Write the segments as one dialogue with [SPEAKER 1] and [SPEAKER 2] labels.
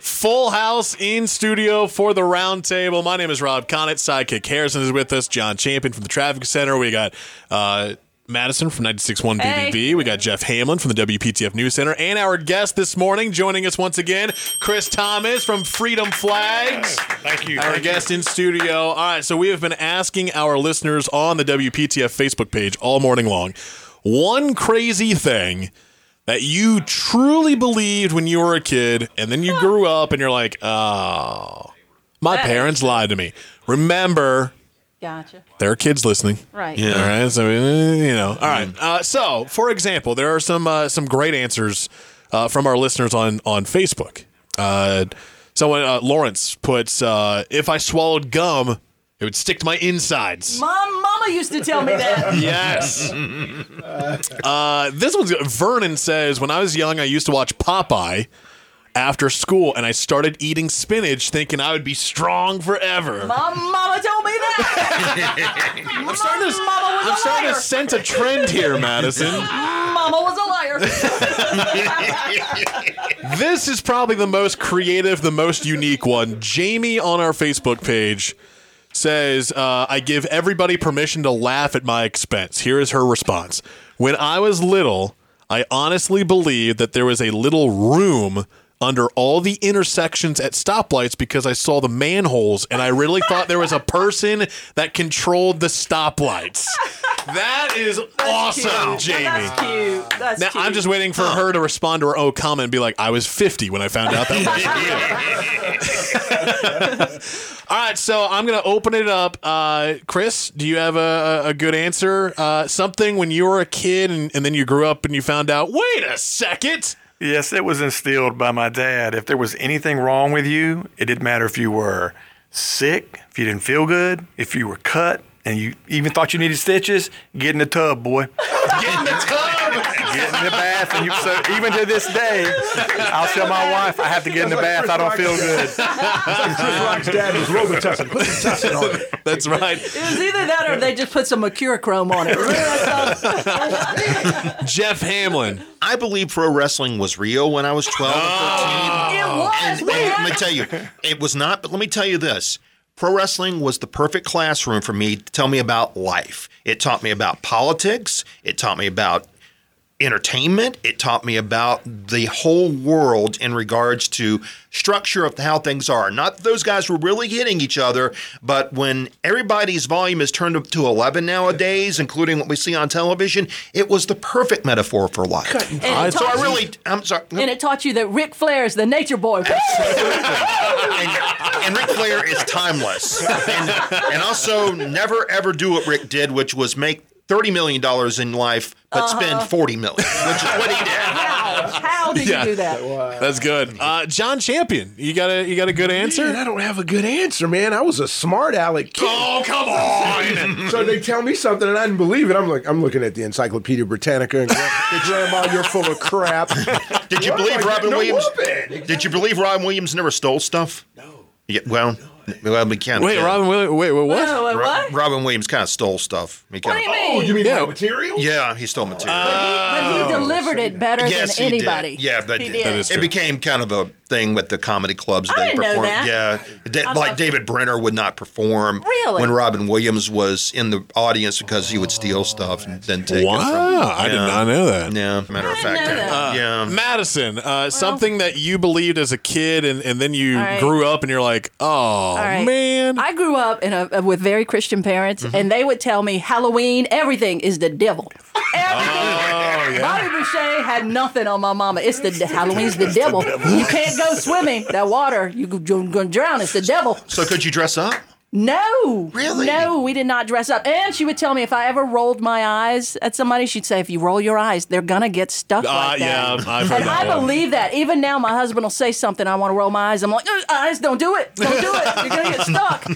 [SPEAKER 1] Full house in studio for the round table. My name is Rob Connett. Sidekick Harrison is with us. John Champion from the Traffic Center. We got uh, Madison from 96.1
[SPEAKER 2] Hey.
[SPEAKER 1] BBB. We got Jeff Hamlin from the WPTF News Center. And our guest this morning joining us once again, Chris Thomas from Freedom Flags.
[SPEAKER 3] Thank you.
[SPEAKER 1] Our
[SPEAKER 3] Thank
[SPEAKER 1] guest in studio. All right, so we have been asking our listeners on the WPTF Facebook page all morning long one crazy thing that you truly believed when you were a kid, and then you grew up and you're like, oh, my
[SPEAKER 2] That-
[SPEAKER 1] parents lied to me. Remember,
[SPEAKER 2] Gotcha.
[SPEAKER 1] there are kids listening.
[SPEAKER 2] Right.
[SPEAKER 3] Yeah.
[SPEAKER 1] All right. So uh, you know. All right. Uh, so, for example, there are some uh, some great answers uh, from our listeners on on Facebook. Uh, someone uh, Lawrence puts, uh, "If I swallowed gum, it would stick to my insides."
[SPEAKER 2] Mom, Mama used to tell me that.
[SPEAKER 1] yes. uh, this one's Vernon says, "When I was young, I used to watch Popeye." After school, and I started eating spinach, thinking I would be strong forever.
[SPEAKER 2] Mom, Mama told me that.
[SPEAKER 1] I'm starting to,
[SPEAKER 2] Mama was
[SPEAKER 1] I'm
[SPEAKER 2] a
[SPEAKER 1] starting to
[SPEAKER 2] liar.
[SPEAKER 1] sense a trend here, Madison.
[SPEAKER 2] Mama was a liar.
[SPEAKER 1] This is probably the most creative, the most unique one. Jamie on our Facebook page says, uh, I give everybody permission to laugh at my expense. Here is her response When I was little, I honestly believed that there was a little room under all the intersections at stoplights because I saw the manholes and I really thought there was a person that controlled the stoplights. That is awesome,
[SPEAKER 2] Cute.
[SPEAKER 1] Jamie.
[SPEAKER 2] That's cute. That's
[SPEAKER 1] Now
[SPEAKER 2] cute.
[SPEAKER 1] I'm just waiting for her to respond to her own comment and be like, "I was 50 when I found out that." was you." All right, so I'm gonna open it up. Uh, Chris, do you have a, a- a good answer? Uh, something when you were a kid and, and then you grew up and you found out. Wait a second.
[SPEAKER 3] Yes, it was instilled by my dad. If there was anything wrong with you, it didn't matter if you were sick, if you didn't feel good, if you were cut, and you even thought you needed stitches, get in the tub, boy.
[SPEAKER 1] Get in the tub.
[SPEAKER 3] Get in the bath. And you, so even to this day, I'll tell my wife I have to get in the bath. I don't feel good.
[SPEAKER 4] Chris Rock's dad was Robitussin. Put some tussin
[SPEAKER 5] Oh,
[SPEAKER 4] on it.
[SPEAKER 1] That's right.
[SPEAKER 2] It was either that or they just put some mercurochrome on it.
[SPEAKER 1] Jeff Hamlin.
[SPEAKER 5] I believe pro wrestling was real when I was 12 and 13.
[SPEAKER 2] Oh. it was.
[SPEAKER 5] And, and let me tell you, it was not, but let me tell you this. Pro wrestling was the perfect classroom for me to tell me about life. It taught me about politics, it taught me about entertainment, it taught me about the whole world in regards to structure of how things are. Not that those guys were really hitting each other, but when everybody's volume is turned up to 11 nowadays, including what we see on television, it was the perfect metaphor for life.
[SPEAKER 2] And it
[SPEAKER 5] So I
[SPEAKER 2] taught you-
[SPEAKER 5] really, I'm sorry.
[SPEAKER 2] And it taught you that Ric Flair is the nature boy. Woo!
[SPEAKER 5] and, and Ric Flair is timeless. And, and also, never ever do what Rick did, which was make thirty million dollars in life, but
[SPEAKER 2] Uh-huh.
[SPEAKER 5] spend forty million, which is what he did.
[SPEAKER 2] How? How did
[SPEAKER 1] Yeah.
[SPEAKER 2] you do that?
[SPEAKER 1] That's good. Uh, John Champion. You got a you got a good
[SPEAKER 4] Man,
[SPEAKER 1] answer.
[SPEAKER 4] I don't have a good answer, man. I was a smart aleck kid.
[SPEAKER 1] Oh come on.
[SPEAKER 4] So they tell me something and I didn't believe it. I'm like, I'm looking at the Encyclopedia Britannica and Gran- Grandma, you're full of crap.
[SPEAKER 5] Did you
[SPEAKER 4] Well, I
[SPEAKER 5] believe
[SPEAKER 4] got
[SPEAKER 5] Robin
[SPEAKER 4] no
[SPEAKER 5] Williams?
[SPEAKER 4] whooping.
[SPEAKER 5] Did you believe Robin Williams never stole stuff? No. Yeah, well, well, we can't.
[SPEAKER 1] Wait, Robin. Williams, wait, wait, what?
[SPEAKER 2] Whoa, wait, what?
[SPEAKER 5] Robin Williams kind of stole stuff. He
[SPEAKER 2] What do
[SPEAKER 5] kinda-
[SPEAKER 2] you mean?
[SPEAKER 4] Oh, you mean
[SPEAKER 1] Yeah.
[SPEAKER 4] yeah. material?
[SPEAKER 5] Yeah, he stole material.
[SPEAKER 1] Uh,
[SPEAKER 2] but he delivered it better
[SPEAKER 5] yes,
[SPEAKER 2] than
[SPEAKER 5] he
[SPEAKER 2] anybody.
[SPEAKER 5] did. Yeah, but
[SPEAKER 2] He did.
[SPEAKER 1] That is-
[SPEAKER 5] it
[SPEAKER 1] true.
[SPEAKER 5] became kind of a thing with the comedy clubs.
[SPEAKER 2] I
[SPEAKER 5] they
[SPEAKER 2] didn't know
[SPEAKER 5] performed.
[SPEAKER 2] that.
[SPEAKER 5] Yeah, Da- like David Brenner would not perform
[SPEAKER 2] Really?
[SPEAKER 5] when Robin Williams was in the audience because he would steal stuff and then take
[SPEAKER 1] Wow,
[SPEAKER 5] it from.
[SPEAKER 1] I did not know that.
[SPEAKER 5] Yeah, matter of
[SPEAKER 2] I didn't
[SPEAKER 5] fact.
[SPEAKER 2] know that.
[SPEAKER 5] yeah.
[SPEAKER 1] Uh, Madison, uh, something that you believed as a kid, and, and then you
[SPEAKER 2] All right.
[SPEAKER 1] grew up, and you're like, oh
[SPEAKER 2] right.
[SPEAKER 1] man, Mm-hmm.
[SPEAKER 2] I grew up in a with very Christian parents, and they would tell me Halloween, everything is the devil.
[SPEAKER 1] Oh,
[SPEAKER 2] Everything. Bobby Boucher had nothing on my mama. It's the Halloween's the devil. You can't go swimming. That water, you, you're gonna drown. It's the devil.
[SPEAKER 5] So could you dress up?
[SPEAKER 2] No.
[SPEAKER 5] Really?
[SPEAKER 2] No, we did not dress up. And she would tell me if I ever rolled my eyes at somebody, she'd say, if you roll your eyes, they're going to get stuck
[SPEAKER 1] Ah,
[SPEAKER 2] like
[SPEAKER 1] yeah,
[SPEAKER 2] that.
[SPEAKER 1] I've heard
[SPEAKER 2] and
[SPEAKER 1] that
[SPEAKER 2] I
[SPEAKER 1] one.
[SPEAKER 2] believe that. Even now, my husband will say something. I want to roll my eyes. I'm like, "Ugh, eyes, don't do it. Don't do it. You're going to get stuck.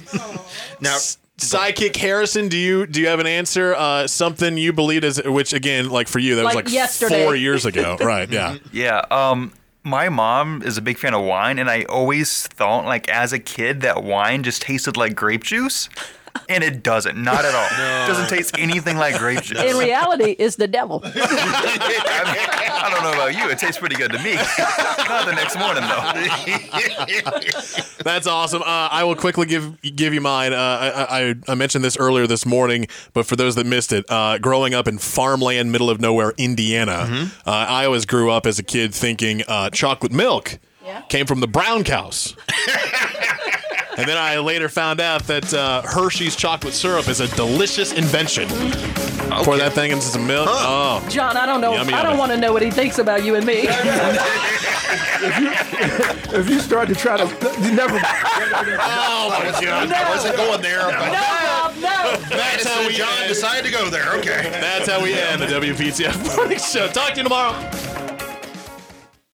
[SPEAKER 5] Now,
[SPEAKER 1] Sidekick Harrison, do you do you have an answer? Uh, something you believed as, which again, like for you, that was
[SPEAKER 2] Like
[SPEAKER 1] like
[SPEAKER 2] yesterday.
[SPEAKER 1] four years ago, right? Yeah,
[SPEAKER 6] Yeah. Um, my mom is a big fan of wine, and I always thought, like, as a kid, that wine just tasted like grape juice. and it doesn't. Not at all. Doesn't taste anything like grape juice.
[SPEAKER 2] In reality, it's the devil.
[SPEAKER 6] I, mean, I don't know about you. It tastes pretty good to me. Not the next morning though.
[SPEAKER 1] That's awesome. Uh, I will quickly give give you mine. Uh, I, I, I mentioned this earlier this morning, but for those that missed it, uh, growing up in farmland, middle of nowhere, Indiana,
[SPEAKER 5] Mm-hmm.
[SPEAKER 1] uh, I always grew up as a kid thinking uh, chocolate milk
[SPEAKER 2] Yeah.
[SPEAKER 1] came from the brown cows. And then I later found out that uh, Hershey's chocolate syrup is a delicious invention. Pour that thing into some milk. Oh,
[SPEAKER 2] John, I don't know.
[SPEAKER 1] Yummy,
[SPEAKER 2] I
[SPEAKER 1] yummy.
[SPEAKER 2] don't want to know what he thinks about you and me.
[SPEAKER 4] If you start to try to, you never.
[SPEAKER 5] Oh my God! I wasn't going there. but
[SPEAKER 2] No, Rob, no.
[SPEAKER 1] that's how we
[SPEAKER 5] John
[SPEAKER 1] end.
[SPEAKER 5] decided to go there. Okay.
[SPEAKER 1] That's how we end the WPTF morning show. Talk to you tomorrow.